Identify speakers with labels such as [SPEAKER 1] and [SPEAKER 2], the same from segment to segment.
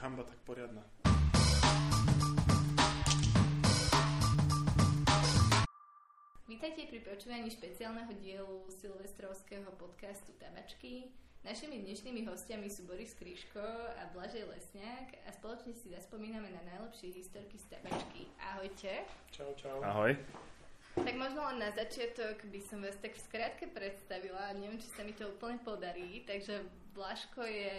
[SPEAKER 1] hamba tak poriadna.
[SPEAKER 2] Vítajte pri počúvaní špeciálneho dielu silvestrovského podcastu Tabačky. Našimi dnešnými hostiami sú Boris Kryško a Blažej Lesňák a spoločne si zaspomíname na najlepšie historky z Tabačky. Ahojte.
[SPEAKER 1] Čau, čau.
[SPEAKER 3] Ahoj.
[SPEAKER 2] Tak možno len na začiatok by som vás tak v skratke predstavila. Neviem, či sa mi to úplne podarí. Takže Blažko je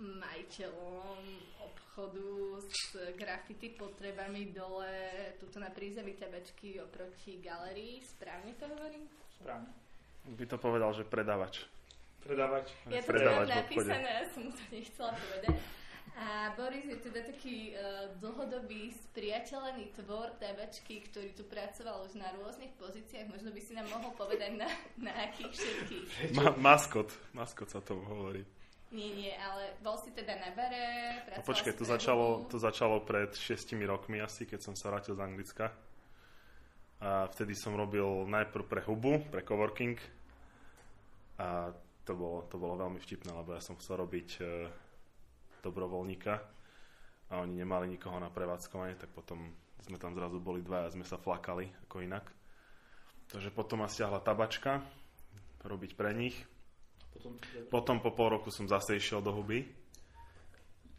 [SPEAKER 2] majiteľom obchodu s graffiti potrebami dole, tuto na prízemí tabačky oproti galerii. Správne to hovorím?
[SPEAKER 1] Správne.
[SPEAKER 3] By to povedal, že predávač.
[SPEAKER 1] Predávač.
[SPEAKER 2] Ja to tu
[SPEAKER 3] Predávať
[SPEAKER 2] mám
[SPEAKER 3] v obchode.
[SPEAKER 2] napísané, ja som to nechcela povedať. A Boris je teda taký uh, dlhodobý spriateľený tvor tabačky, ktorý tu pracoval už na rôznych pozíciách. Možno by si nám mohol povedať na, na akých všetkých.
[SPEAKER 3] Ma- maskot. Maskot sa tomu hovorí.
[SPEAKER 2] Nie, nie, ale bol si teda na bare,
[SPEAKER 3] A
[SPEAKER 2] pracoval
[SPEAKER 3] No počkaj,
[SPEAKER 2] si
[SPEAKER 3] to
[SPEAKER 2] na
[SPEAKER 3] začalo,
[SPEAKER 2] hubu.
[SPEAKER 3] to začalo pred 6 rokmi asi, keď som sa vrátil z Anglicka. A vtedy som robil najprv pre hubu, pre coworking. A to bolo, to bolo veľmi vtipné, lebo ja som chcel robiť e, dobrovoľníka a oni nemali nikoho na prevádzkovanie, tak potom sme tam zrazu boli dva a sme sa flakali ako inak. Takže potom ma stiahla tabačka robiť pre nich.
[SPEAKER 1] Potom
[SPEAKER 3] Potom po pol roku som zase išiel do huby.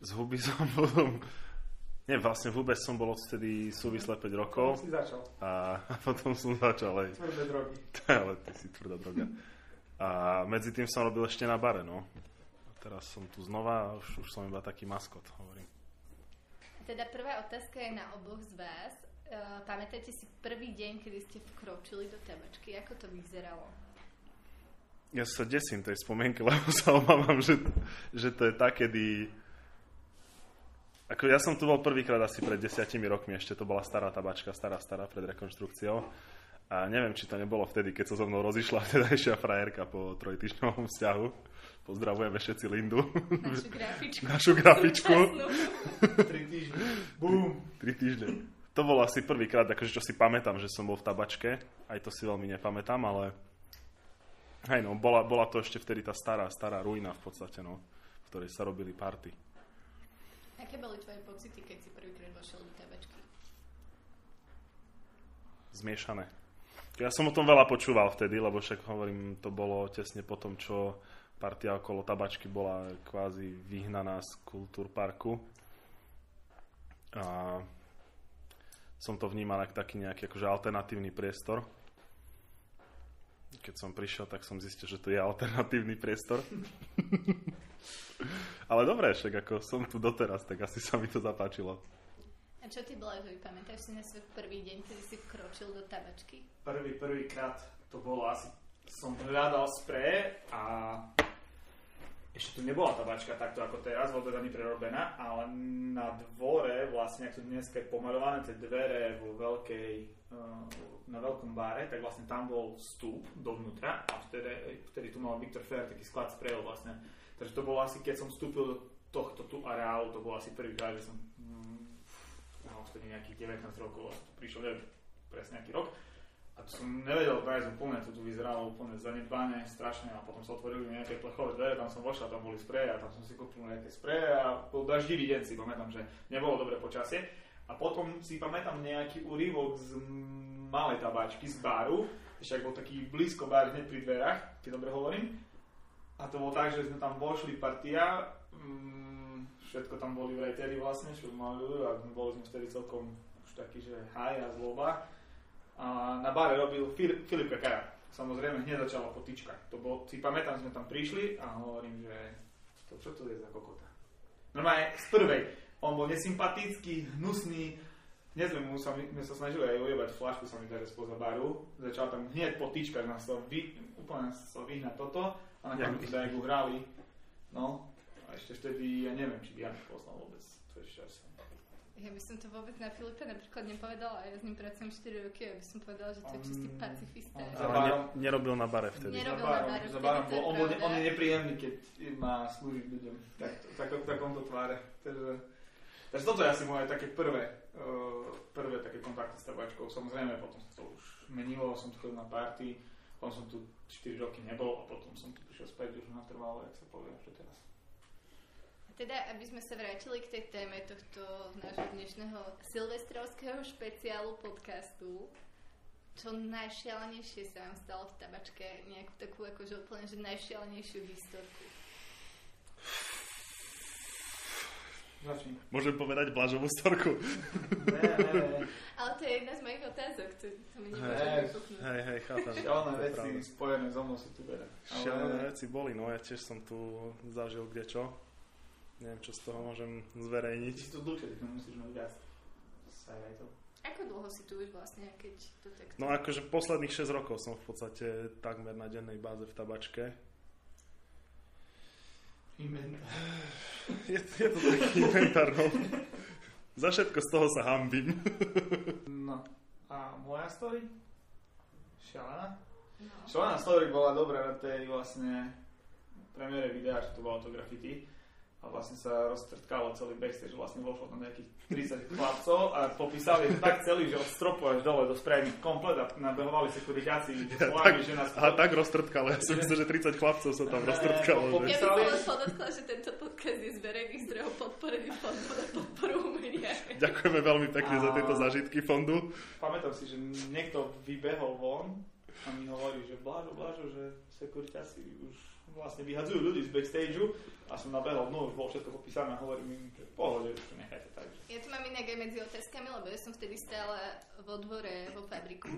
[SPEAKER 3] Z huby som bol... Nie, vlastne v hube som bol odtedy súvisle 5 rokov
[SPEAKER 1] si začal.
[SPEAKER 3] a potom som začal aj...
[SPEAKER 1] Tvrdé drogy.
[SPEAKER 3] Ale ty si tvrdá droga. A medzi tým som robil ešte na bare, no. A teraz som tu znova a už, už som iba taký maskot, hovorím.
[SPEAKER 2] Teda prvá otázka je na oboch z vás. Uh, pamätáte si prvý deň, kedy ste vkročili do tabačky? Ako to vyzeralo?
[SPEAKER 3] Ja sa desím tej spomienky, lebo sa obávam, že, že to je tá, kedy... Ako ja som tu bol prvýkrát asi pred desiatimi rokmi, ešte to bola stará tabačka, stará, stará, pred rekonštrukciou. A neviem, či to nebolo vtedy, keď sa so mnou rozišla vtedajšia frajerka po trojtyžňovom vzťahu. Pozdravujeme všetci Lindu,
[SPEAKER 2] Našu grafičku.
[SPEAKER 3] našu grafičku.
[SPEAKER 2] Úžasnú.
[SPEAKER 1] 3 týždne. Bum.
[SPEAKER 3] Tri týždne. To bolo asi prvýkrát, akože čo si pamätám, že som bol v tabačke. Aj to si veľmi nepamätám, ale... Hej no, bola, bola to ešte vtedy tá stará, stará ruina v podstate, no. V ktorej sa robili party.
[SPEAKER 2] Aké boli tvoje pocity, keď si prvýkrát vošiel do tabačky?
[SPEAKER 3] Zmiešané. Ja som o tom veľa počúval vtedy, lebo však hovorím, to bolo tesne po tom, čo partia okolo tabačky bola kvázi vyhnaná z kultúrparku. A som to vnímal ako taký nejaký akože alternatívny priestor. Keď som prišiel, tak som zistil, že to je alternatívny priestor. Ale dobre, však ako som tu doteraz, tak asi sa mi to zapáčilo.
[SPEAKER 2] A čo ty Blažovi, pamätáš si na svoj prvý deň, kedy si vkročil do tabačky?
[SPEAKER 4] prvý, prvýkrát to bolo asi, som hľadal sprej a ešte tu nebola tabačka takto ako teraz, vôbec ani prerobená, ale na dvore, vlastne, ak sú dneska pomalované tie dvere vo veľkej, eh, na veľkom bare, tak vlastne tam bol vstup dovnútra a vtedy, vtedy tu mal Viktor Fer taký sklad sprejov vlastne. Takže to bolo asi, keď som vstúpil do tohto tu areálu, to bolo asi prvýkrát, že som mm, mal vtedy nejakých 19 rokov, vlastne tu prišiel, neviem presne aký rok. A to som nevedel nájsť úplne, to tu vyzeralo úplne zanedbané, strašne a potom sa otvorili nejaké plechové dvere, tam som vošiel, tam boli spreje a tam som si kúpil nejaké spreje a bol daždivý deň si pamätám, že nebolo dobré počasie. A potom si pamätám nejaký úryvok z mm, malej tabačky, z baru, ešte ak bol taký blízko bar hneď pri dverách, keď dobre hovorím. A to bolo tak, že sme tam vošli partia, mm, všetko tam boli vrajteri vlastne, čo mali ľudia, a boli sme vtedy celkom už taký, že haj a zloba. A na bare robil Fil- Filip Pekara. Samozrejme, hneď začala potička. To bol, si pamätám, sme tam prišli a hovorím, že to čo to je za kokota. Normálne z prvej. On bol nesympatický, hnusný. Dnes sme, mu sa, my sme sa snažili aj ujebať flašku sa mi teraz spoza baru. Začala tam hneď potička, nás sa vy, úplne sa vyhna toto. A na
[SPEAKER 3] Jak-
[SPEAKER 4] konci sa hrali. No, a ešte vtedy, ja neviem, či Diana poznal vôbec. To ešte asi.
[SPEAKER 2] Ja by som to vôbec na Filipe napríklad nepovedala, ja s ním pracujem 4 roky, ja by som povedala, že to je čistý
[SPEAKER 4] On-
[SPEAKER 2] pacifista.
[SPEAKER 4] on-
[SPEAKER 3] Ale ne,
[SPEAKER 4] barom.
[SPEAKER 3] nerobil na bare vtedy.
[SPEAKER 2] Nerobil.
[SPEAKER 4] Za barom,
[SPEAKER 2] na bare,
[SPEAKER 4] za
[SPEAKER 2] vtedy
[SPEAKER 4] barom
[SPEAKER 2] to je
[SPEAKER 4] bol, on, bol-
[SPEAKER 2] pravda.
[SPEAKER 4] on je nepríjemný, keď má slúžiť ľuďom tak, tak, v takomto tváre. Takže, takže toto je asi moje také prvé, eh, prvé také kontakty s tabačkou. Samozrejme, potom sa to už menilo, som tu chodil na party, potom som tu 4 roky nebol a potom som tu prišiel späť už natrvalo, jak sa povie, že teraz.
[SPEAKER 2] A Teda, aby sme sa vrátili k tej téme tohto nášho dnešného silvestrovského špeciálu podcastu, čo najšialenejšie sa vám stalo v tabačke, nejakú takú akože úplne, že najšialenejšiu historku.
[SPEAKER 4] Začni.
[SPEAKER 3] Môžem povedať Blažovú storku.
[SPEAKER 4] Ne, ne, ne.
[SPEAKER 2] Ale to je jedna z mojich otázok, to, to mi nemôže
[SPEAKER 4] Hej.
[SPEAKER 2] vypuknúť.
[SPEAKER 3] Hej, hej, chápem.
[SPEAKER 4] Šialené
[SPEAKER 3] To je
[SPEAKER 4] veci
[SPEAKER 3] pravda.
[SPEAKER 4] spojené so mnou sú tu veľa. Ale-
[SPEAKER 3] Šialené veci boli, no ja tiež som tu zažil kdečo. Neviem, čo z toho môžem
[SPEAKER 4] Ty
[SPEAKER 3] zverejniť.
[SPEAKER 4] si tu dlhšie, tak nemusíš mať viac. Sa aj to.
[SPEAKER 2] Ako dlho si tu už vlastne, keď to takto...
[SPEAKER 3] No akože posledných 6 rokov som v podstate takmer na dennej báze v tabačke.
[SPEAKER 4] Inventár.
[SPEAKER 3] Je, je to taký inventár, no. Za všetko z toho sa hambím.
[SPEAKER 4] No. A moja story? Šialená?
[SPEAKER 2] No.
[SPEAKER 4] Šlana story bola dobrá na tej vlastne premiére videa, čo to bolo to graffiti a vlastne sa roztrtkalo celý backstage, vlastne vošlo tam nejakých 30 chlapcov a popísali to tak celý, že od stropu až dole do správnych komplet a nabehovali sekuritáci,
[SPEAKER 3] Ja
[SPEAKER 4] volami, že nás...
[SPEAKER 3] Aha, tak roztrtkalo. Ja som myslel, že 30 chlapcov sa tam roztrtkalo.
[SPEAKER 2] Ja
[SPEAKER 3] Že...
[SPEAKER 2] by som len podotkla, že tento podcast je z verejných zdrojov podporený fondom na podporu umenia.
[SPEAKER 3] Ďakujeme veľmi pekne za tieto zážitky fondu.
[SPEAKER 4] Pamätám si, že niekto vybehol von a mi hovorí, že Blážo, Blážo, že sekuritáci už vlastne vyhadzujú ľudí z backstageu a som nabehol, no už bolo všetko popísané a hovorím im, že v pohode, už to nechajte tak, že
[SPEAKER 2] Ja to mám inak aj medzi otázkami, lebo ja som vtedy stála vo dvore vo fabriku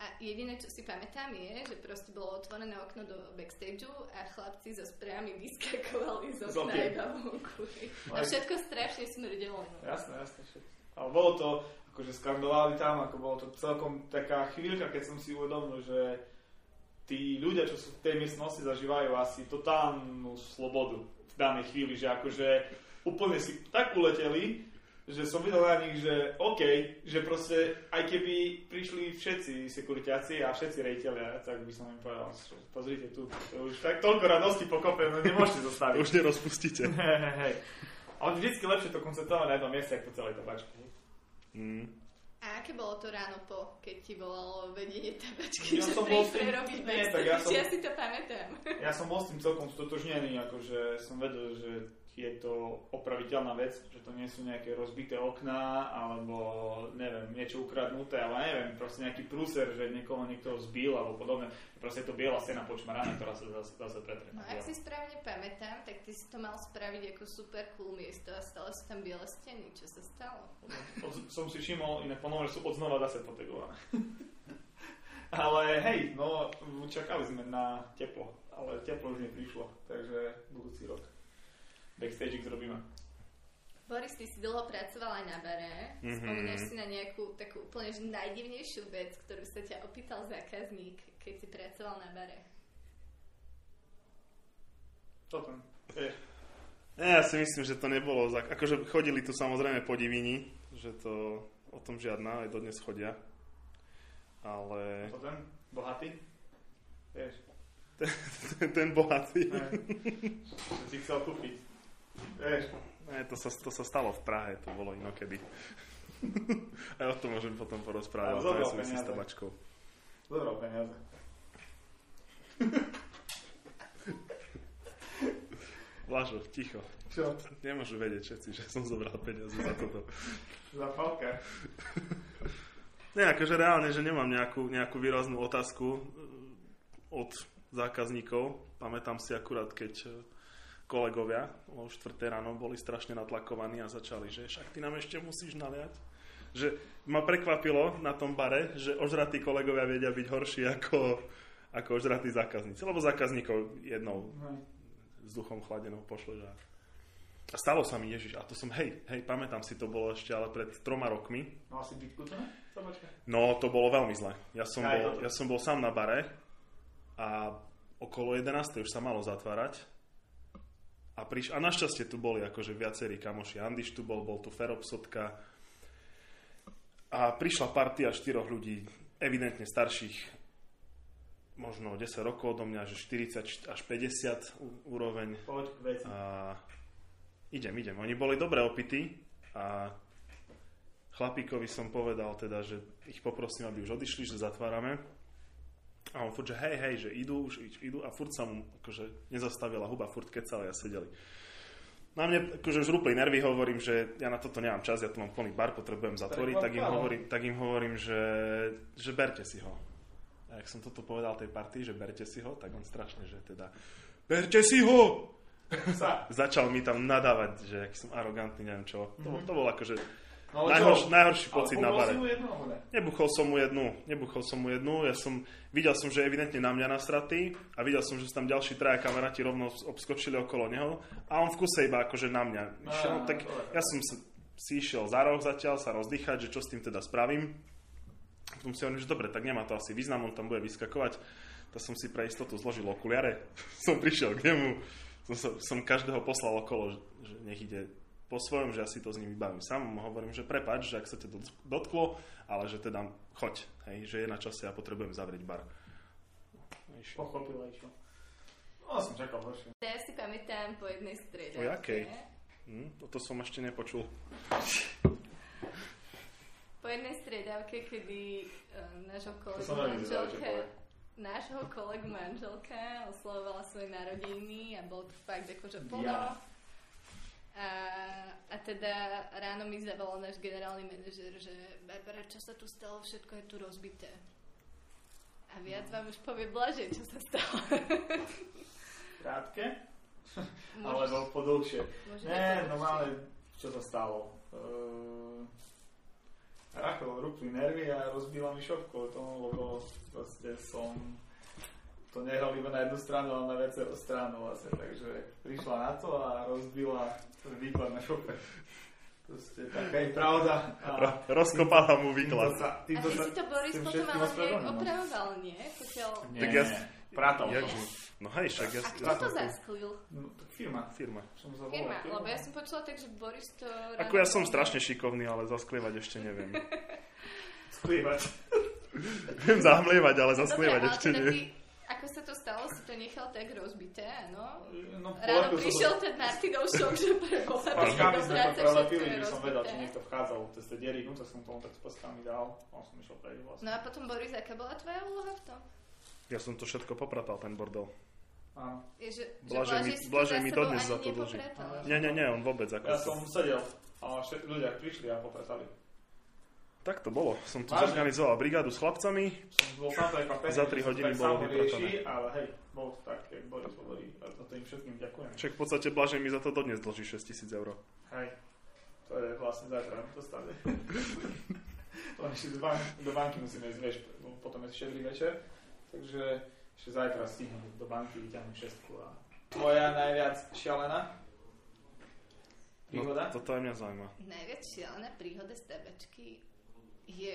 [SPEAKER 2] a jediné, čo si pamätám je, že proste bolo otvorené okno do backstageu a chlapci so správami vyskakovali z
[SPEAKER 4] Z
[SPEAKER 2] okna
[SPEAKER 4] okien.
[SPEAKER 2] iba vonku.
[SPEAKER 4] Aj.
[SPEAKER 2] A všetko strašne smrdelo. no.
[SPEAKER 4] Jasné, jasné, všetko. Ale bolo to, akože skandovali tam, ako bolo to celkom taká chvíľka, keď som si uvedomil, že tí ľudia, čo sú v tej miestnosti, zažívajú asi totálnu slobodu v danej chvíli, že akože úplne si tak uleteli, že som videl na nich, že OK, že proste aj keby prišli všetci sekuritáci a všetci rejiteľia, tak by som im povedal, že pozrite tu, to už tak toľko radosti pokope, no nemôžete zostaviť.
[SPEAKER 3] Už nerozpustíte.
[SPEAKER 4] Hej, hej, hej. Ale vždycky lepšie to koncertovať na jednom mieste, ako po celej tabačke.
[SPEAKER 3] Mm.
[SPEAKER 2] A aké bolo to ráno po, keď ti volalo vedenie
[SPEAKER 4] Ja
[SPEAKER 2] tabačky, že
[SPEAKER 4] som bol
[SPEAKER 2] príď
[SPEAKER 4] s tým-
[SPEAKER 2] prerobiť
[SPEAKER 4] Nie, tak
[SPEAKER 2] backstage?
[SPEAKER 4] ja
[SPEAKER 2] Ja,
[SPEAKER 4] som-
[SPEAKER 2] si to pamätám.
[SPEAKER 4] Ja som bol s tým celkom stotožnený, akože som vedel, že je to opraviteľná vec, že to nie sú nejaké rozbité okná, alebo neviem, niečo ukradnuté, ale neviem, proste nejaký prúser, že niekoho niekto zbil alebo podobne. Proste je to biela stena počmaraná, ktorá sa zase, zase pretre na
[SPEAKER 2] No ak
[SPEAKER 4] bielo.
[SPEAKER 2] si správne pamätám, tak ty si to mal spraviť ako super cool miesto a stalo sa tam biele steny. Čo sa stalo?
[SPEAKER 4] Od- Som si všimol, inak ponovne, že sú odznova zase potegované. ale hej, no čakali sme na teplo, ale teplo už neprišlo, takže budúci rok. Backstage zrobíme.
[SPEAKER 2] Boris, ty si dlho pracoval aj na bare.
[SPEAKER 3] Mhm.
[SPEAKER 2] Spomínaš si na nejakú takú úplne že najdivnejšiu vec, ktorú sa ťa opýtal zákazník, keď si pracoval na bare.
[SPEAKER 4] To tam je.
[SPEAKER 3] Ja si myslím, že to nebolo. Za... Akože chodili tu samozrejme podivini, že to o tom žiadna, aj dodnes chodia. Ale
[SPEAKER 4] To ten bohatý? Vieš,
[SPEAKER 3] ten, ten bohatý...
[SPEAKER 4] ne, že si chcel kúpiť. Vieš,
[SPEAKER 3] Ne, to sa, to sa stalo v Prahe, to bolo inokedy. A o tom môžem potom
[SPEAKER 4] Ale
[SPEAKER 3] porozprávať, ale to
[SPEAKER 4] zobral
[SPEAKER 3] nesúvisí s
[SPEAKER 4] peniaze.
[SPEAKER 3] tabačkou.
[SPEAKER 4] zobral peniaze.
[SPEAKER 3] Vlážo, ticho.
[SPEAKER 4] Čo?
[SPEAKER 3] Nemôžu vedieť všetci, že som zobral peniaze za toto.
[SPEAKER 4] Zapalka?
[SPEAKER 3] Ne, akože reálne, že nemám nejakú, nejakú výraznú otázku eh, od zákazníkov. Pamätám si akurát, keď eh, kolegovia o 4. ráno boli strašne natlakovaní a začali, že však ty nám ešte musíš naliať. Že ma prekvapilo na tom bare, že ožratí kolegovia vedia byť horší ako, ako ožratí zákazníci. Lebo zákazníkov jednou
[SPEAKER 4] Hej.
[SPEAKER 3] vzduchom chladenou pošleš a... A stalo sa mi, Ježiš, a to som, hej, hej, pamätám si, to bolo ešte ale pred troma rokmi,
[SPEAKER 4] Mal si bytku No, to? Sabačka?
[SPEAKER 3] No, to bolo veľmi zle. Ja som,
[SPEAKER 4] Aj
[SPEAKER 3] bol,
[SPEAKER 4] toto.
[SPEAKER 3] ja som bol sám na bare a okolo 11. už sa malo zatvárať. A, priš- a našťastie tu boli akože viacerí kamoši. Andiš tu bol, bol tu Ferobsotka. A prišla partia štyroch ľudí, evidentne starších, možno 10 rokov odo mňa, že 40 až 50 ú- úroveň.
[SPEAKER 4] Poď k veci.
[SPEAKER 3] A idem, idem. Oni boli dobre opití a chlapíkovi som povedal teda, že ich poprosím, aby už odišli, že zatvárame. A on furt, že hej, hej, že idú, už idú a furt sa mu akože nezastavila huba, furt kecali a sedeli. Na mne akože už rúpli nervy, hovorím, že ja na toto nemám čas, ja tu mám plný bar, potrebujem zatvoriť, tak im
[SPEAKER 4] Áno.
[SPEAKER 3] hovorím, tak im hovorím že, že berte si ho. A ak som toto povedal tej partii, že berte si ho, tak on strašne, že teda berte si ho!
[SPEAKER 4] Sa.
[SPEAKER 3] Začal mi tam nadávať, že aký som arogantný, neviem čo. To, bol, to bol akože
[SPEAKER 4] No, Mhm. ale
[SPEAKER 3] najhorší,
[SPEAKER 4] čo?
[SPEAKER 3] najhorší
[SPEAKER 4] Ale
[SPEAKER 3] pocit na
[SPEAKER 4] pobol
[SPEAKER 3] bare.
[SPEAKER 4] si mu jedno, ale.
[SPEAKER 3] Nebuchol som mu jednu, nebuchol som mu jednu, ja som, videl som, že evidentne na mňa nasratý a videl som, že sú tam ďalší traja kamaráti rovno obs- obskočili okolo neho a on v kuse iba akože na mňa išiel,
[SPEAKER 4] Á,
[SPEAKER 3] tak
[SPEAKER 4] dobre.
[SPEAKER 3] ja som sa, si išiel za roh zatiaľ sa rozdýchať, že čo s tým teda spravím. Potom si hovorím, že dobre, tak nemá to asi význam, on tam bude vyskakovať. Tak som si pre istotu zložil okuliare, som prišiel k nemu, som, sa, som každého poslal okolo, že, že nech ide po svojom, že ja si to s ním vybavím sám. Mu Hovorím, že prepač, že ak sa ťa dot- dotklo, ale že teda choď, hej, že je na čase, ja potrebujem zavrieť bar. Išiel.
[SPEAKER 4] Pochopil a išiel. No, som čakal horšie.
[SPEAKER 2] Ja si pamätám po jednej strede.
[SPEAKER 3] O jakej? Hm, toto som ešte nepočul.
[SPEAKER 2] Po jednej striedavke, kedy um, nášho kolegu
[SPEAKER 4] som veľmi zvedavý, čo
[SPEAKER 2] manželka
[SPEAKER 4] povie.
[SPEAKER 2] nášho kolegu manželka oslavovala svoje narodiny a bol to fakt akože plno.
[SPEAKER 4] Ja.
[SPEAKER 2] A, a teda ráno mi zavolal náš generálny manažer, že Barbara, čo sa tu stalo, všetko je tu rozbité. A viac vám už povie Blaže, čo sa stalo.
[SPEAKER 4] Krátke,
[SPEAKER 2] Môžeš-
[SPEAKER 4] alebo podlhšie.
[SPEAKER 2] môžeš
[SPEAKER 4] Ne,
[SPEAKER 2] to
[SPEAKER 4] no
[SPEAKER 2] určite.
[SPEAKER 4] máme, čo sa stalo. Ehm, Rachel rúpli nervy a rozbila mi šopku o tom, lebo proste som to nehral iba na jednu stranu, ale na viacero stranu vlastne, takže prišla na to a rozbila výklad na šope. Proste taká je pravda. A
[SPEAKER 3] Ro- rozkopala mu výklad.
[SPEAKER 4] týmto sa,
[SPEAKER 2] A
[SPEAKER 4] týmto
[SPEAKER 2] ty
[SPEAKER 4] sa,
[SPEAKER 2] si to Boris
[SPEAKER 4] tým
[SPEAKER 2] potom
[SPEAKER 4] všetkým
[SPEAKER 2] ale
[SPEAKER 4] ospravedlňujem.
[SPEAKER 2] opravoval, nie? Pokiaľ...
[SPEAKER 4] Nie,
[SPEAKER 3] Tak
[SPEAKER 4] tak
[SPEAKER 3] ja-
[SPEAKER 4] ja... Prátal
[SPEAKER 3] Jak-
[SPEAKER 4] som.
[SPEAKER 3] No hej, však ja,
[SPEAKER 2] A kto
[SPEAKER 3] ja
[SPEAKER 2] to zasklil?
[SPEAKER 4] No, tak firma.
[SPEAKER 3] firma.
[SPEAKER 4] Som sa volal,
[SPEAKER 2] Firma, lebo ja som počula tak, že Boris to...
[SPEAKER 3] Ako ja som strašne šikovný, ale zasklievať ešte neviem.
[SPEAKER 4] Sklívať.
[SPEAKER 3] Viem zahmlievať, ale
[SPEAKER 2] Dobre,
[SPEAKER 3] zasklievať
[SPEAKER 2] ale
[SPEAKER 3] ešte
[SPEAKER 2] teda
[SPEAKER 3] nie.
[SPEAKER 2] ty, ako sa to stalo, si to nechal tak rozbité, áno?
[SPEAKER 4] No,
[SPEAKER 2] Ráno
[SPEAKER 4] polepil som to-
[SPEAKER 2] prišiel ten Martinov šok, že preboha,
[SPEAKER 4] S
[SPEAKER 2] do
[SPEAKER 4] paskami sme to
[SPEAKER 2] práce všetko
[SPEAKER 4] prelepili,
[SPEAKER 2] je
[SPEAKER 4] že som vedel, či
[SPEAKER 2] rozbité.
[SPEAKER 4] niekto vchádzal cez tie diery, no tak som tomu tak s paskami dal. On som išiel preč vlastne.
[SPEAKER 2] No a potom, Boris, aká bola tvoja úloha v tom?
[SPEAKER 3] Ja som to všetko popratal, ten bordel.
[SPEAKER 4] Áno.
[SPEAKER 2] Je, že,
[SPEAKER 3] Blaže mi- Blaže mi dodnes za to dlží. Nie, nie, nie, on vôbec. Ako
[SPEAKER 4] Ja
[SPEAKER 3] to-
[SPEAKER 4] som sedel a všetci ľudia prišli a popretali.
[SPEAKER 3] Tak to bolo. Som tu
[SPEAKER 4] Vážne?
[SPEAKER 3] zorganizoval brigádu s chlapcami.
[SPEAKER 4] Som bol sám prekvapený,
[SPEAKER 3] Za
[SPEAKER 4] že
[SPEAKER 3] tri
[SPEAKER 4] som
[SPEAKER 3] hodiny
[SPEAKER 4] tak
[SPEAKER 3] bolo
[SPEAKER 4] sám
[SPEAKER 3] vypratané.
[SPEAKER 4] rieši, ale hej, bol to tak, jak Boris hovorí. A to tým všetkým ďakujem.
[SPEAKER 3] Však v podstate Blaže mi za to dodnes dlží 6000 eur.
[SPEAKER 4] Hej, to je vlastne zajtra mi to stane. to len ešte do, bank- do banky musíme ísť, vieš, lebo potom je šedrý večer. Takže ešte zajtra stihnem do banky, vyťahnem šestku a... Tvoja najviac šialená príhoda?
[SPEAKER 3] No, toto aj mňa zaujíma.
[SPEAKER 2] Najviac šialená príhoda z tabačky je...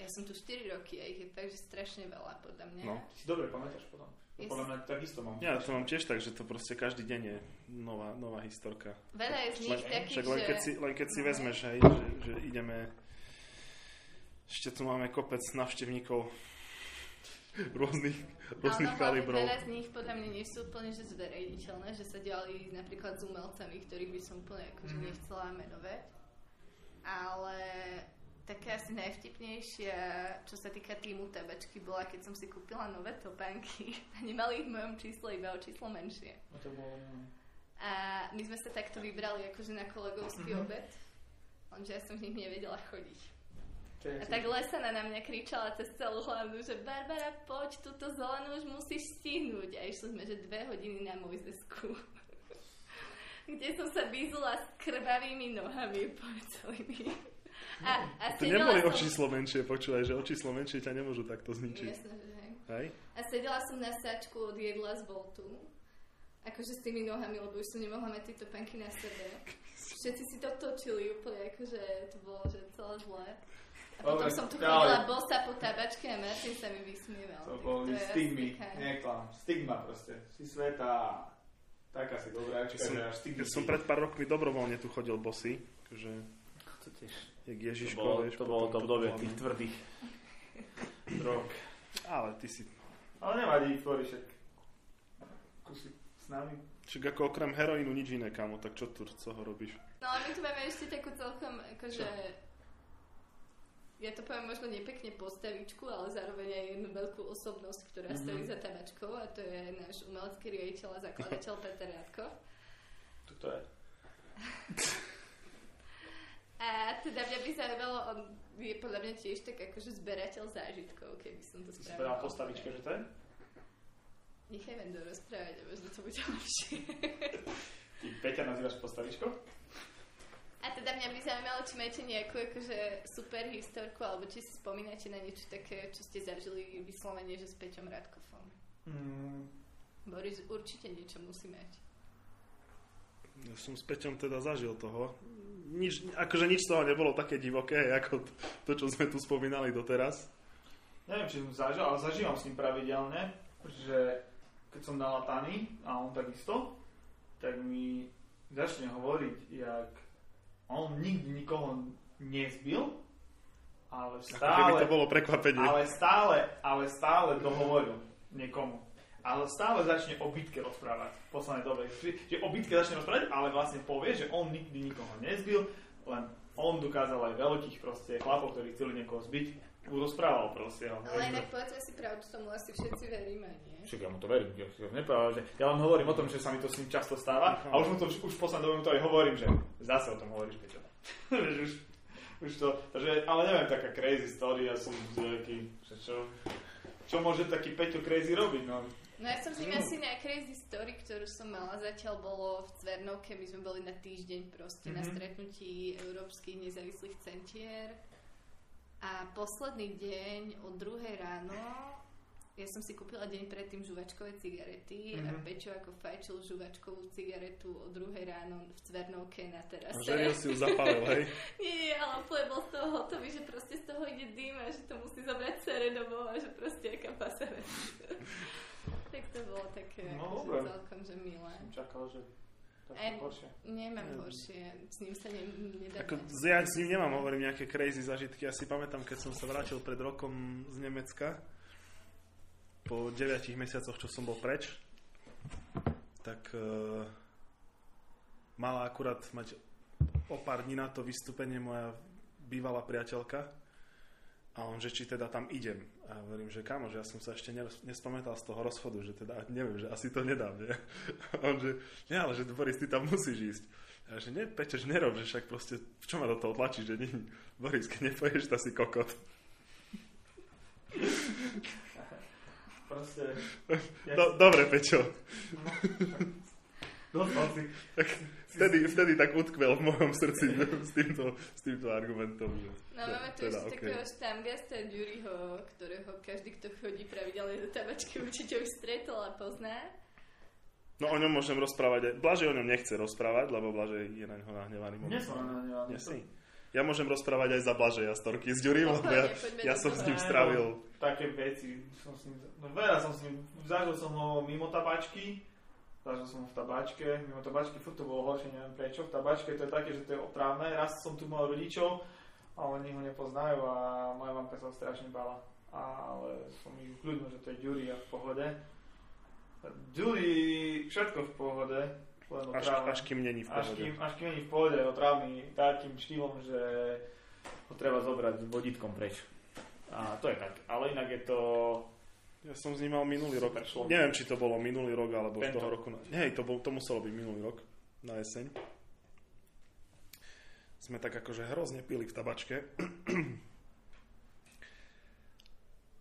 [SPEAKER 2] Ja som tu 4 roky a ich je fakt, že strašne veľa, podľa mňa.
[SPEAKER 3] No.
[SPEAKER 4] Ty si dobre pamätáš potom. To
[SPEAKER 2] Yes.
[SPEAKER 4] podľa mňa takisto mám.
[SPEAKER 3] Ja to mám tiež tak, že to proste každý deň je nová, nová historka.
[SPEAKER 2] Veľa je z
[SPEAKER 3] Len,
[SPEAKER 2] nich takých,
[SPEAKER 3] však len
[SPEAKER 2] že... No.
[SPEAKER 3] keď si, len keď si vezmeš, hej, že, že ideme... Ešte tu máme kopec navštevníkov rôznych, rôznych
[SPEAKER 2] Áno, hlavne teda
[SPEAKER 3] kalibrov.
[SPEAKER 2] Veľa z nich podľa mňa nie sú úplne že zverejniteľné, že sa diali napríklad s umelcami, ktorých by som úplne akože
[SPEAKER 4] Mhm.
[SPEAKER 2] nechcela menovať. Ale taká asi najvtipnejšia, čo sa týka týmu tabačky, bola, keď som si kúpila nové topánky a nemali ich v mojom čísle, iba o číslo menšie.
[SPEAKER 4] No to bolo...
[SPEAKER 2] A my sme sa takto vybrali akože na
[SPEAKER 3] Mhm.
[SPEAKER 2] kolegovský obed, lenže ja som v nich nevedela chodiť.
[SPEAKER 4] To je
[SPEAKER 2] A tak Lesana na mňa kričala cez celú hlavnú, že Barbara, poď, túto zelenú už musíš stihnúť. A išli sme, že dve hodiny na Mojzesku. Kde som sa bízla s krvavými nohami po celými. A, a
[SPEAKER 3] To neboli o číslo menšie, počúvaj, že o číslo menšie ťa nemôžu takto zničiť.
[SPEAKER 2] Jasné, že hej.
[SPEAKER 3] Hej?
[SPEAKER 2] A sedela som na sačku od jedla z Voltu. Akože s tými nohami, lebo už som nemohla mať tieto panky na sebe. Všetci si to točili úplne, akože to bolo, že celé zlé. A potom
[SPEAKER 4] Dobre,
[SPEAKER 2] som tu
[SPEAKER 4] ďalej.
[SPEAKER 2] chodila bosa po tabačke a Martin sa mi vysmieval.
[SPEAKER 4] To
[SPEAKER 2] Tak
[SPEAKER 4] boli
[SPEAKER 2] je asi
[SPEAKER 4] stigmy,
[SPEAKER 2] taká-
[SPEAKER 4] neklam. Stigma proste. Si sveta. Taká si dobrá,
[SPEAKER 3] Ja som-
[SPEAKER 4] že až stigmy.
[SPEAKER 3] Ja som pred pár rokmi dobrovoľne tu chodil bosy, že jak Ježiško, vieš, potom pod hlavou.
[SPEAKER 4] tvrdých drog.
[SPEAKER 3] Ale ty si,
[SPEAKER 4] Ale nevadí, Flori, však kusy s nami.
[SPEAKER 3] však ako okrem heroínu nič iné, kamo, tak čo tu, co ho robíš?
[SPEAKER 2] No ale my tu máme ešte takú celkom, akože... Ja to poviem možno nepekne postavičku, ale zároveň aj jednu veľkú osobnosť, ktorá
[SPEAKER 4] Mhm.
[SPEAKER 2] stojí za tabačkou a to je náš umelecký riaditeľ a zakladateľ Peter Radko.
[SPEAKER 4] Tu to je.
[SPEAKER 2] A teda mňa by zaujímalo, on je podľa mňa tiež tak akože zberateľ zážitkov, keby som to
[SPEAKER 4] Si
[SPEAKER 2] spravila.
[SPEAKER 4] spravila postavička, že to je?
[SPEAKER 2] Nechajme do rozprávať, a možno to bude lepšie.
[SPEAKER 4] Ty Peťa nazývaš postavičkou?
[SPEAKER 2] A teda mňa by zaujímalo, či máte nejakú akože super historku, alebo či si spomínate na niečo také, čo ste zažili vyslovene, že s Peťom Radkofom.
[SPEAKER 4] Mm,
[SPEAKER 2] Boris určite niečo musí mať.
[SPEAKER 3] Ja som s Peťom teda zažil toho. Nič, akože nič z toho nebolo také divoké, ako t- to, čo sme tu spomínali doteraz.
[SPEAKER 4] neviem, či som zažil, ale zažívam s ním pravidelne, že keď som dala Tany a on takisto, tak mi začne hovoriť, jak on nikdy nikoho nezbil, ale
[SPEAKER 3] Ako keby
[SPEAKER 4] stále
[SPEAKER 3] to bolo prekvapenie.
[SPEAKER 4] Ale stále, ale stále to hovoril niekomu. Ale stále začne o bitke rozprávať v poslednej dobe. Že o bitke začne rozprávať, ale vlastne povie, že on nikdy nikoho nezbil, len on dokázal aj veľkých proste chlapov, ktorí chceli niekoho zbiť, rozprával proste. no. ho.
[SPEAKER 2] Ale inak povedzme si pravdu, tomu asi všetci veríme, nie?
[SPEAKER 4] Však ja mu to verím, ja, ja, nepovedal, že ja len hovorím o tom, že sa mi to s ním často stáva a už mu to už v poslednej dobe mu to aj hovorím, že zdá sa o tom hovoríš, Peťo. Vieš, už, už to, takže, ale neviem, taká crazy story, ja som nejaký, že čo, čo môže taký Peťo crazy robiť, no.
[SPEAKER 2] No ja som s ním asi najcrazy story, ktorú som mala zatiaľ, bolo v Cvernovke, my sme boli na týždeň proste mm-hmm. na
[SPEAKER 4] Mhm.
[SPEAKER 2] stretnutí Európskych nezávislých centier a posledný deň o druhej ráno ja som si kúpila deň predtým žuvačkové cigarety mm-hmm. a
[SPEAKER 4] Mhm.
[SPEAKER 2] Pečo ako fajčil žuvačkovú cigaretu o druhej ráno v Cvernovke na
[SPEAKER 3] A
[SPEAKER 2] terase.
[SPEAKER 3] Ženil si ju zapálil, hej.
[SPEAKER 2] Nie, nie, ale úplne bol z toho hotový, že proste z toho ide dým a že to musí zobrať cere domov a že proste aká pasa vec. tak to bolo také
[SPEAKER 4] No,
[SPEAKER 2] akože
[SPEAKER 4] dobre.
[SPEAKER 2] celkom, že milé.
[SPEAKER 4] Som čakal, že tak
[SPEAKER 2] Em.
[SPEAKER 4] horšie.
[SPEAKER 2] Nemám horšie, s ním sa ne, nedá
[SPEAKER 3] Ako, teda,
[SPEAKER 2] mať.
[SPEAKER 3] z- ja s ním nemám, hovorím, nejaké crazy zažitky. Ja si pamätám, keď som sa vrátil pred rokom z Nemecka, po 9 mesiacoch, čo som bol preč, tak eh, mala akurát mať o pár dní na to vystúpenie moja bývalá priateľka a on, že či teda tam idem. A hovorím, že kamo, že ja som sa ešte neroz- nespamätal z toho rozchodu, že teda neviem, že asi to nedám, nie? A on, že nie, ale že Boris, ty tam musíš ísť. A ja, že ne, Peťo, že nerob, že však proste, čo ma do toho tlačí, že nie, Boris, keď nepoješ, to si kokot.
[SPEAKER 4] Proste, ja,
[SPEAKER 3] Do, dobre, Peťo.
[SPEAKER 4] dostal no, si,
[SPEAKER 3] Vtedy, vtedy tak utkvel v mojom srdci s týmto, s týmto argumentom. Že,
[SPEAKER 2] No máme tu
[SPEAKER 3] teda,
[SPEAKER 2] ešte
[SPEAKER 3] okej.
[SPEAKER 2] takého štangasta Ďuriho, ktorého každý, kto chodí pravidelne do tabačky, určite už stretol a pozná.
[SPEAKER 3] No o ňom môžem rozprávať aj... Blaže o ňom nechce rozprávať, lebo Blaže je na ňo nahnevaný.
[SPEAKER 4] nie som na neho,
[SPEAKER 3] Ja si. Ja môžem rozprávať aj za Blažeja storky s Ďurím, lebo ja,
[SPEAKER 2] Úplne, poďme
[SPEAKER 3] ja
[SPEAKER 2] do
[SPEAKER 3] som
[SPEAKER 2] toho.
[SPEAKER 3] s ním strávil
[SPEAKER 4] také veci. Som s ním, no veľa som s ním, zažil som ho mimo tabačky, zažil som ho v tabačke, mimo tabačky, furt to bolo horšie, neviem prečo. V tabačke to je také, že to je otrávne. Raz som tu mal rodičov a oni ho nepoznajú a moja mamka sa ho strašne bala. Ale som ich kľudno, že to je Ďuri a v pohode. Ďuri, všetko v pohode, len
[SPEAKER 3] až,
[SPEAKER 4] otrávne.
[SPEAKER 3] až kým není v
[SPEAKER 4] Až
[SPEAKER 3] pohode.
[SPEAKER 4] kým, až kým není v pohode, otrávny takým štýlom, že ho treba zobrať vodítkom preč. A to je tak. Ale inak je to...
[SPEAKER 3] Ja som s ním mal minulý rok.
[SPEAKER 4] Super človek.
[SPEAKER 3] Neviem, či to bolo minulý rok, alebo z
[SPEAKER 4] Tento.
[SPEAKER 3] toho roku. na- Hej, to, bol, to muselo byť minulý rok, na jeseň. Sme tak akože hrozne pili v tabačke.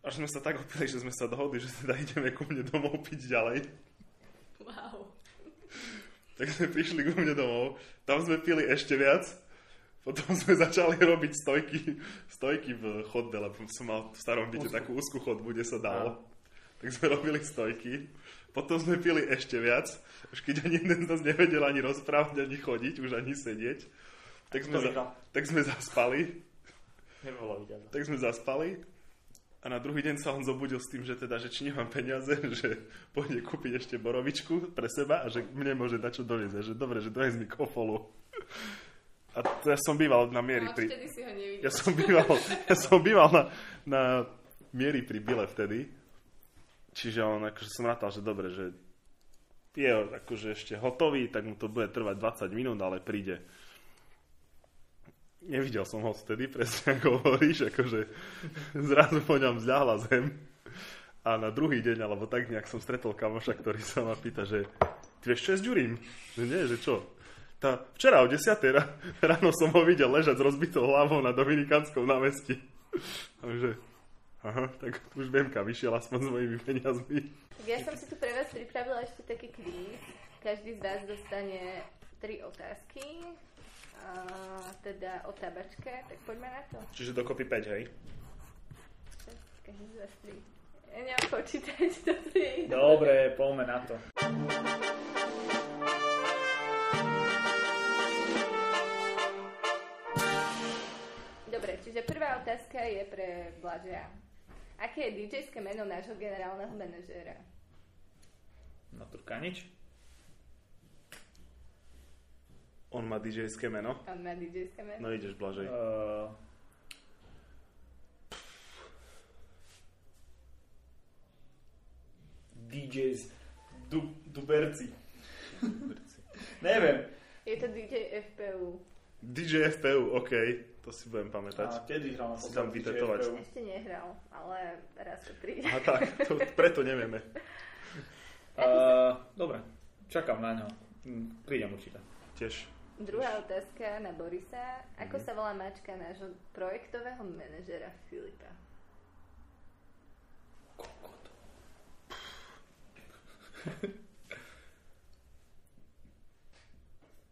[SPEAKER 3] Až sme sa tak opili, že sme sa dohodli, že teda ideme ku mne domov piť ďalej.
[SPEAKER 2] Wow.
[SPEAKER 3] Tak sme prišli ku mne domov, tam sme pili ešte viac, potom sme začali robiť stojky, stojky v chodbe, lebo som mal v starom byte
[SPEAKER 4] Úzku.
[SPEAKER 3] takú úzku chodbu, kde sa dalo. Tak sme robili stojky, potom sme pili ešte viac, už keď ani jeden z nás nevedel ani rozprávať, ani chodiť, už ani sedieť, tak
[SPEAKER 4] To
[SPEAKER 3] sme, za,
[SPEAKER 4] vyhral.
[SPEAKER 3] tak sme zaspali
[SPEAKER 4] Nebolo vidieť.
[SPEAKER 3] tak sme zaspali a na druhý deň sa on zobudil s tým, že teda, že či nemám peniaze, že pôjde kúpiť ešte borovičku pre seba a že mne môže na čo doniesť. A že dobre, že dones mi kofolu. A to ja som býval na miery
[SPEAKER 2] No,
[SPEAKER 3] pri...
[SPEAKER 2] vtedy si ho nevidel.
[SPEAKER 3] Ja som býval, ja som býval na, na miery pri Bile vtedy. Čiže on, akože som rátal, že dobre, že je akože ešte hotový, tak mu to bude trvať 20 minút, ale príde. Nevidel som ho vtedy, presne ako hovoríš, akože zrazu po ňom zľahla zem. A na druhý deň, alebo tak nejak som stretol kamoša, ktorý sa ma pýta, že ty vieš, čo je s Ďurím? Že nie, že čo? Tá, včera o 10. ra- ráno som ho videl ležať s rozbitou hlavou na Dominikánskom námestí. Takže, aha, tak už viem, kam išiel aspoň s mojimi peniazmi.
[SPEAKER 2] Tak ja som si tu pre vás pripravila ešte taký kvíz. Každý z vás dostane tri otázky, a teda o tabačke, tak poďme na to.
[SPEAKER 1] Čiže dokopy 5, hej?
[SPEAKER 2] Každý z vás tri. Ja neviem počítať do tri.
[SPEAKER 4] Dobre, poďme na to.
[SPEAKER 2] Dobre, čiže prvá otázka je pre Blažia. Aké je DJ-ské meno nášho generálneho manažéra?
[SPEAKER 4] Na Turkanič?
[SPEAKER 3] On má DJ-ské meno.
[SPEAKER 2] On má DJ-ské meno?
[SPEAKER 3] No ideš, Blažej.
[SPEAKER 4] Uh, DJs du, Duberci. Neviem.
[SPEAKER 2] Je to DJ FPU.
[SPEAKER 3] DJ FPU, OK, to si budem
[SPEAKER 4] A
[SPEAKER 3] pamätať.
[SPEAKER 4] kedy hral na
[SPEAKER 3] Sa
[SPEAKER 4] Slovensku
[SPEAKER 3] tam vytetovať.
[SPEAKER 4] DJ?
[SPEAKER 2] Ešte nehral, ale raz to príde.
[SPEAKER 3] Aha, tak, to, preto nevieme.
[SPEAKER 4] Uh, dobre, čakám na ňo. Mm, Prídem určite.
[SPEAKER 3] Tiež.
[SPEAKER 2] Druhá otázka na Borisa. Ako
[SPEAKER 4] Mhm.
[SPEAKER 2] sa volá mačka nášho projektového manažera Filipa?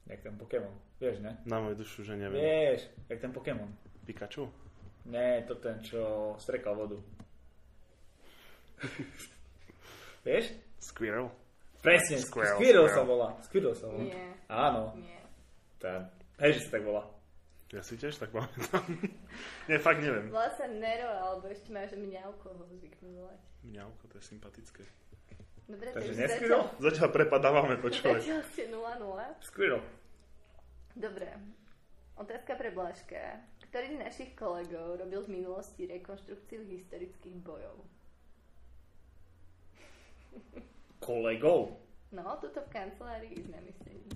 [SPEAKER 4] Jak ten Pokémon. Vieš, ne?
[SPEAKER 3] Na moju dušu, že neviem.
[SPEAKER 4] Vieš, jak ten Pokémon.
[SPEAKER 3] Pikachu?
[SPEAKER 4] Ne, to ten, čo strekal vodu. Vieš?
[SPEAKER 3] Squirrel?
[SPEAKER 4] Presne, Squirrel,
[SPEAKER 3] Squirrel,
[SPEAKER 4] Squirrel sa
[SPEAKER 3] squirrel.
[SPEAKER 4] volá. Squirrel sa volá.
[SPEAKER 2] Nie.
[SPEAKER 4] Áno.
[SPEAKER 2] Nie.
[SPEAKER 4] Tá. Hej, že sa tak volá.
[SPEAKER 3] Ja si tiež tak pamätám. Nie, fakt neviem.
[SPEAKER 2] Volá sa Nero, alebo ešte máš mňauko ho zvyknú volať.
[SPEAKER 3] Mňauko, to je sympatické.
[SPEAKER 2] Dobre,
[SPEAKER 4] Takže
[SPEAKER 2] takže
[SPEAKER 4] neskryl?
[SPEAKER 2] zatiaľ-
[SPEAKER 3] Zatiaľ prepadávame, počúvaj.
[SPEAKER 2] Zatiaľ ste 0-0.
[SPEAKER 4] Squirrel.
[SPEAKER 2] Dobre. Otázka pre Blažka. Ktorý z našich kolegov robil v minulosti rekonštrukciu historických bojov?
[SPEAKER 4] Kolegov.
[SPEAKER 2] No, tuto v kancelárii sme mysleli.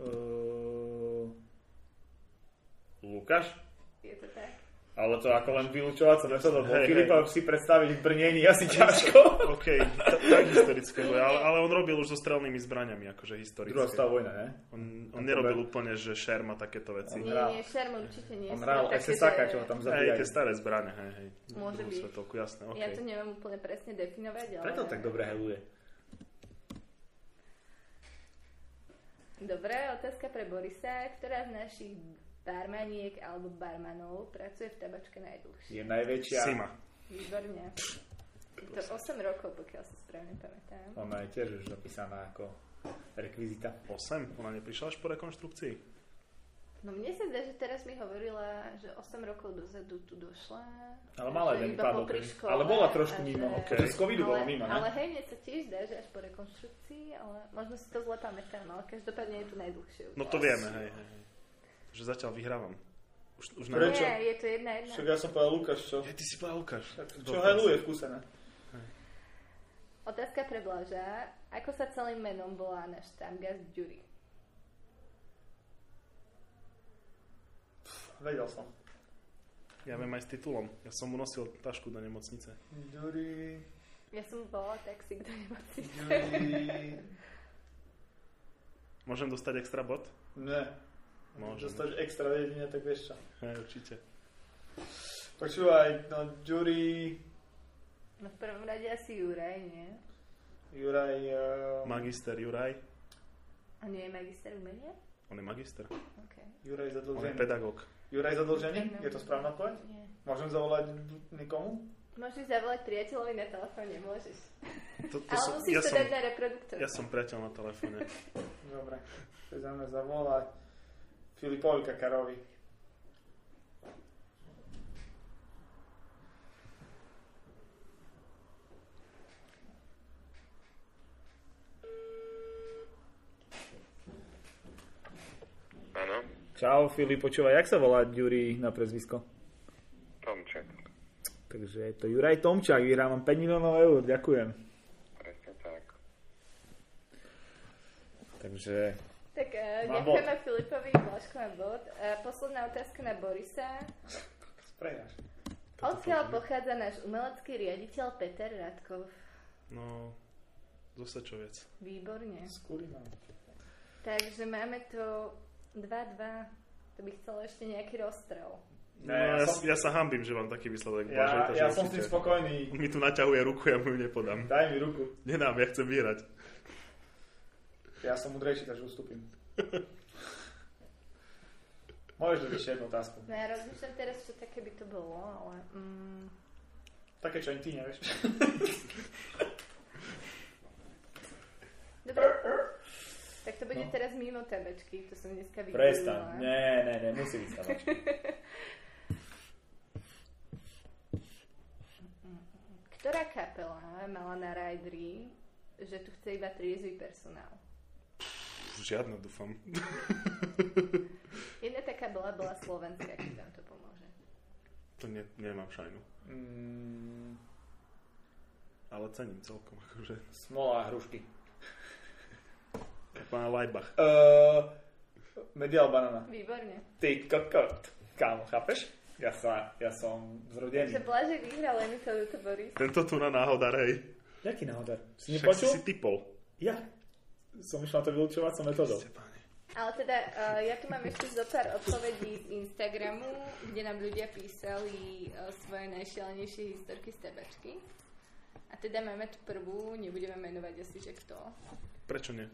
[SPEAKER 4] Uh... Lukáš?
[SPEAKER 2] Je to tak?
[SPEAKER 4] Ale to ako len vylúčovať sa dosť do
[SPEAKER 3] Hej,
[SPEAKER 4] Filipa
[SPEAKER 3] hej.
[SPEAKER 4] si predstaviť v brnení asi ťažko.
[SPEAKER 3] OK, t- tak historické boje, ale, ale on robil už so strelnými zbraniami, akože
[SPEAKER 4] Druhá
[SPEAKER 3] historické.
[SPEAKER 4] svetá vojna, ne?
[SPEAKER 3] On, on nerobil úplne, že šerm a takéto veci.
[SPEAKER 4] On
[SPEAKER 2] Nie,
[SPEAKER 4] hral-
[SPEAKER 2] nie, Šerm určite nie.
[SPEAKER 4] On
[SPEAKER 2] sú
[SPEAKER 4] hral
[SPEAKER 2] také,
[SPEAKER 4] SSAka,
[SPEAKER 2] že-
[SPEAKER 4] čo ho tam
[SPEAKER 3] Hej, tie
[SPEAKER 4] zabíjajú.
[SPEAKER 3] staré zbrane, hej, hej.
[SPEAKER 2] Môže
[SPEAKER 3] Druhú
[SPEAKER 2] byť.
[SPEAKER 3] Svetovku, jasné, OK.
[SPEAKER 2] Ja to neviem úplne presne definovať, ale...
[SPEAKER 4] Preto tak dobre heluje.
[SPEAKER 2] Dobre, otázka pre Borisa. Ktorá z našich barmaniek alebo barmanov pracuje v tabačke najdlhšie?
[SPEAKER 4] Je najväčšia.
[SPEAKER 3] Sima.
[SPEAKER 2] Výborne. Je to 8 rokov, pokiaľ si správne pamätám.
[SPEAKER 4] Ona je tiež už napísaná ako rekvizita.
[SPEAKER 3] 8? Ona neprišla až po rekonštrukcii?
[SPEAKER 2] No mne sa zdá, že teraz mi hovorila, že 8 rokov dozadu tu došla.
[SPEAKER 4] Ale mala
[SPEAKER 2] že
[SPEAKER 4] jeden
[SPEAKER 2] iba
[SPEAKER 4] padol.
[SPEAKER 2] popri
[SPEAKER 4] kedy-
[SPEAKER 2] škole
[SPEAKER 4] Ale bola
[SPEAKER 2] a
[SPEAKER 4] trošku
[SPEAKER 2] že-
[SPEAKER 4] mimo.
[SPEAKER 3] OK.
[SPEAKER 4] Z covidu bola
[SPEAKER 2] Ale,
[SPEAKER 4] mimo,
[SPEAKER 2] ale
[SPEAKER 4] ne?
[SPEAKER 2] hej, mne sa tiež zdá, že až po rekonštrukcii, ale možno si to zle pamätám, ale každopádne je tu najdlhšie.
[SPEAKER 3] No to vieme, hej, hej. hej. Že zatiaľ vyhrávam. Už, už na...
[SPEAKER 4] Prečo?
[SPEAKER 2] Nie, je to jedna jedna.
[SPEAKER 4] ja som povedal Lukáš, čo?
[SPEAKER 3] Hej, ty si povedal Lukáš.
[SPEAKER 4] v kuse, ne?
[SPEAKER 2] Otázka pre Blaža. Ako sa celým menom volá náš tamgaz Ďuri?
[SPEAKER 4] Vedel som.
[SPEAKER 3] Ja viem aj s titulom. Ja som mu nosil tašku do nemocnice.
[SPEAKER 4] Ďuri,
[SPEAKER 2] Ja som volala taxi, kto nemocí.
[SPEAKER 4] Ďuri...
[SPEAKER 3] Môžem dostať extra bod?
[SPEAKER 4] Ne.
[SPEAKER 3] Môžem.
[SPEAKER 4] Dostaneš extra vedenie, tak vieš čo.
[SPEAKER 3] Hej, určite.
[SPEAKER 4] Počúvaj, no Ďuri...
[SPEAKER 2] No v prvom rade asi Juraj, nie?
[SPEAKER 4] Juraj... Uh,
[SPEAKER 3] Magister Juraj.
[SPEAKER 2] A nie je magister umenia?
[SPEAKER 3] On je magister.
[SPEAKER 2] OK.
[SPEAKER 4] Juraj
[SPEAKER 3] On je
[SPEAKER 4] zadlžený.
[SPEAKER 3] pedagóg.
[SPEAKER 4] Juraj zadlžený? Je to správna odpoveď?
[SPEAKER 2] Nie.
[SPEAKER 4] Môžem zavolať nikomu?
[SPEAKER 2] Môžeš zavolať priateľovi na telefón, nemôžeš.
[SPEAKER 3] To, to
[SPEAKER 2] Ale
[SPEAKER 3] som,
[SPEAKER 2] musíš
[SPEAKER 3] ja,
[SPEAKER 2] to
[SPEAKER 3] som,
[SPEAKER 2] dať na reproduktor.
[SPEAKER 3] ja som priateľ na telefóne.
[SPEAKER 4] Dobre. Chceš za mňa zavolať Filipovi Kakarovi.
[SPEAKER 5] Áno,
[SPEAKER 4] Čau Filip, počúvaj, jak sa volá Ďuri na prezvisko?
[SPEAKER 5] Tomček.
[SPEAKER 4] Takže je to Juraj Tomčák, vyhrávam 5 miliónov eur, ďakujem.
[SPEAKER 5] Presne tak.
[SPEAKER 4] Takže...
[SPEAKER 2] Tak uh,
[SPEAKER 4] Mám
[SPEAKER 2] ďakujeme Filipovi, Blažko má bod. Uh, posledná otázka na Borisa.
[SPEAKER 4] Sprejnáš.
[SPEAKER 2] Odkiaľ pochádza náš umelecký riaditeľ Peter Radkov?
[SPEAKER 3] No, zosečovec.
[SPEAKER 2] Výborne.
[SPEAKER 4] Skúri mám.
[SPEAKER 2] Takže máme to 2-2. To by chcelo ešte nejaký rozstrel.
[SPEAKER 3] No,
[SPEAKER 4] ja
[SPEAKER 3] ja,
[SPEAKER 4] som-
[SPEAKER 3] ja, sa hambím, že mám taký výsledok. Bože,
[SPEAKER 4] Ja,
[SPEAKER 3] takže
[SPEAKER 4] ja som s tým
[SPEAKER 3] určite-
[SPEAKER 4] spokojný.
[SPEAKER 3] Mi tu naťahuje ruku, ja mu ju nepodám.
[SPEAKER 4] Daj mi ruku.
[SPEAKER 3] Nedám, ja chcem vyhrať.
[SPEAKER 4] Ja som mudrejší, takže ustúpim. Môžeš dať ešte jednu otázku.
[SPEAKER 2] No ja rozmýšľam teraz, čo také by to bolo, ale... Mm,
[SPEAKER 4] Také, čo ani ty nevieš.
[SPEAKER 2] dobre. Tak to
[SPEAKER 3] No.
[SPEAKER 2] bude teraz mimo tebečky, to som dneska videla.
[SPEAKER 4] Prestaň. Nie, nie, nie, musí byť stavačka.
[SPEAKER 2] Ktorá kapela mala na Rajdri, že tu chce iba triezvy personál?
[SPEAKER 3] Pff, Žiadna, dúfam.
[SPEAKER 2] Jedna taká bola, bola slovenská, keď vám to pomôže.
[SPEAKER 3] To ne, nemám šajnu.
[SPEAKER 4] Mm,
[SPEAKER 3] Ale cením celkom, akože.
[SPEAKER 4] smola a hrušky.
[SPEAKER 3] Pán Lajbach.
[SPEAKER 4] Uh, medial banana.
[SPEAKER 2] Výborne.
[SPEAKER 4] Ty kokot. Kámo, chápeš? Ja, sa, ja som zrodený.
[SPEAKER 2] Takže Blaže vyhral Emitovi to Boris.
[SPEAKER 3] Tento tu na náhoda, hej.
[SPEAKER 4] Jaký náhodar? Si
[SPEAKER 3] Však si
[SPEAKER 4] nepočul?
[SPEAKER 3] si typol.
[SPEAKER 4] Ja. Som išiel na to vylučovacou metodou.
[SPEAKER 3] Ste, páni.
[SPEAKER 2] Ale teda, uh, ja tu mám ešte zo pár odpovedí z Instagramu, kde nám ľudia písali uh, svoje najšialenejšie historky z tebačky. A teda máme tu prvú, nebudeme menovať asi, že kto.
[SPEAKER 3] Prečo nie?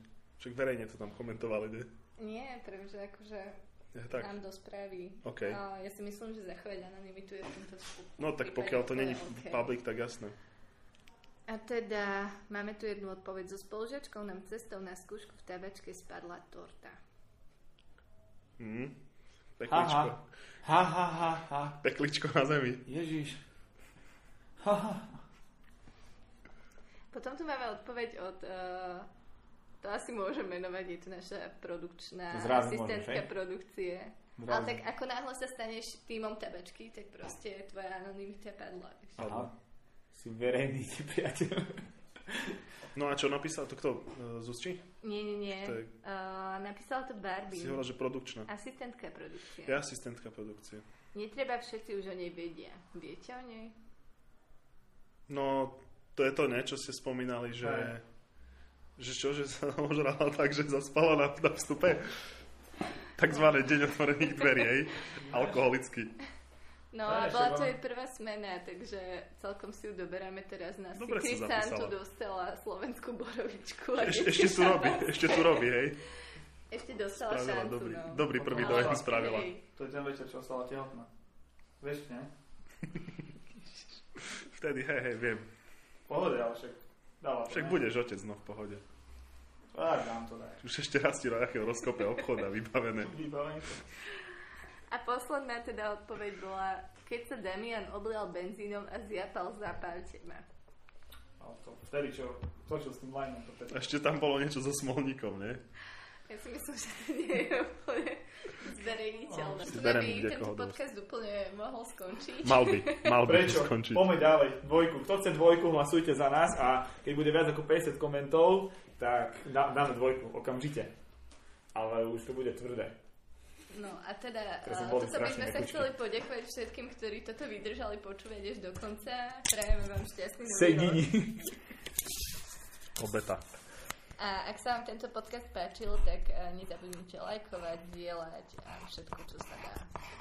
[SPEAKER 3] Však verejne to tam komentovali, nie?
[SPEAKER 2] Nie, pretože akože
[SPEAKER 3] Ja,
[SPEAKER 2] tak.
[SPEAKER 3] tak.
[SPEAKER 2] nám do správy.
[SPEAKER 3] OK.
[SPEAKER 2] A ja si myslím, že zachovať anonymitu je v tomto skup-
[SPEAKER 3] No tak
[SPEAKER 2] prípade
[SPEAKER 3] pokiaľ to
[SPEAKER 2] úplne
[SPEAKER 3] není
[SPEAKER 2] OK.
[SPEAKER 3] public, tak jasné.
[SPEAKER 2] A teda máme tu jednu odpoveď. So spolužiačkou nám cestou na skúšku v tabačke spadla torta.
[SPEAKER 3] Hm? Pekličko.
[SPEAKER 4] Aha. Ha, ha, ha, ha.
[SPEAKER 3] Pekličko na zemi.
[SPEAKER 4] Ježiš. Ha, ha.
[SPEAKER 2] Potom tu máme odpoveď od... Uh, to asi môžem menovať, je to naša produkčná
[SPEAKER 4] To zrazu
[SPEAKER 2] asistentka
[SPEAKER 4] môžeš, hej?
[SPEAKER 2] produkcie.
[SPEAKER 4] Zrazu.
[SPEAKER 2] Ale tak ako náhle sa staneš tímom tabačky, tak proste tvoja anonimita padla. vieš.
[SPEAKER 4] Aha. Si verejný nepriateľ.
[SPEAKER 3] No a čo napísal? To kto? E, Zuzči?
[SPEAKER 2] Nie, nie, nie.
[SPEAKER 3] To je-
[SPEAKER 2] Uh, napísala to Barbie.
[SPEAKER 3] Si hovorila, že produkčná.
[SPEAKER 2] Asistentka produkcie.
[SPEAKER 3] Ja asistentka produkcie.
[SPEAKER 2] Netreba všetci už o nej vedia. Viete o nej?
[SPEAKER 3] No, to je to, ne, čo ste spomínali, že...
[SPEAKER 4] Hej.
[SPEAKER 3] Že čo, že sa ožrala tak, že zaspala na, na vstupe? Takzvané deň otvorených dverí, hej? Alkoholický.
[SPEAKER 2] No
[SPEAKER 4] To je
[SPEAKER 2] a
[SPEAKER 4] ešte
[SPEAKER 2] bola to
[SPEAKER 4] veľmi-
[SPEAKER 2] jej prvá smena, takže celkom si ju doberáme teraz na
[SPEAKER 3] Dobre si
[SPEAKER 2] Kristán tu
[SPEAKER 3] zapísala.
[SPEAKER 2] dostala slovenskú borovičku. a
[SPEAKER 3] Eš,
[SPEAKER 2] deti
[SPEAKER 3] ešte tu robí,
[SPEAKER 2] šampanské.
[SPEAKER 3] ešte tu robí, hej?
[SPEAKER 2] Ešte dostala
[SPEAKER 3] Spravila
[SPEAKER 2] šancu,
[SPEAKER 3] dobrý,
[SPEAKER 2] no.
[SPEAKER 3] dobrý prvý
[SPEAKER 2] Ale-
[SPEAKER 3] dojem spravila.
[SPEAKER 2] Hej.
[SPEAKER 4] To je ten večer, čo ostala tehotná. Vieš, ne?
[SPEAKER 3] Vtedy, hej, hej, viem.
[SPEAKER 4] Pohode, ale však dáva to.
[SPEAKER 3] Však
[SPEAKER 4] ne?
[SPEAKER 3] budeš otec, no v pohode.
[SPEAKER 4] Tak, dám to daj.
[SPEAKER 3] Už ešte raz ti nejakého rozkope obchoda vybavené.
[SPEAKER 4] Vybavenko.
[SPEAKER 2] A posledná teda odpoveď bola, keď sa Damian oblial benzínom a zjapal zapálte ma.
[SPEAKER 4] Ale to vtedy, čo točil s tým lineom, to vtedy.
[SPEAKER 3] Ešte tam bolo niečo so smolníkom, ne?
[SPEAKER 2] Ja si myslím, že to nie je úplne zverejniteľné.
[SPEAKER 3] Si
[SPEAKER 2] Tu by
[SPEAKER 3] berem kde
[SPEAKER 2] tento
[SPEAKER 3] koho dosť.
[SPEAKER 2] podcast úplne mohol skončiť.
[SPEAKER 3] Mal by, mal by
[SPEAKER 4] Prečo?
[SPEAKER 3] to skončiť.
[SPEAKER 4] Poďme ďalej. Dvojku. Kto chce dvojku, hlasujte za nás a keď bude viac ako 50 komentov, tak dá, dáme dvojku okamžite. Ale už to bude tvrdé.
[SPEAKER 2] No a teda,
[SPEAKER 4] Teraz som
[SPEAKER 2] a
[SPEAKER 4] bol
[SPEAKER 2] toto by
[SPEAKER 4] strašne
[SPEAKER 2] sme sa
[SPEAKER 4] nekučný.
[SPEAKER 2] chceli poďakovať všetkým, ktorí toto vydržali počúvať až do konca. Prajeme vám šťastný nový rok.
[SPEAKER 4] Sedini.
[SPEAKER 3] Obeta.
[SPEAKER 2] A ak sa vám tento podcast páčil, tak eh, nezabudnite lajkovať, dielať a všetko, čo sa dá.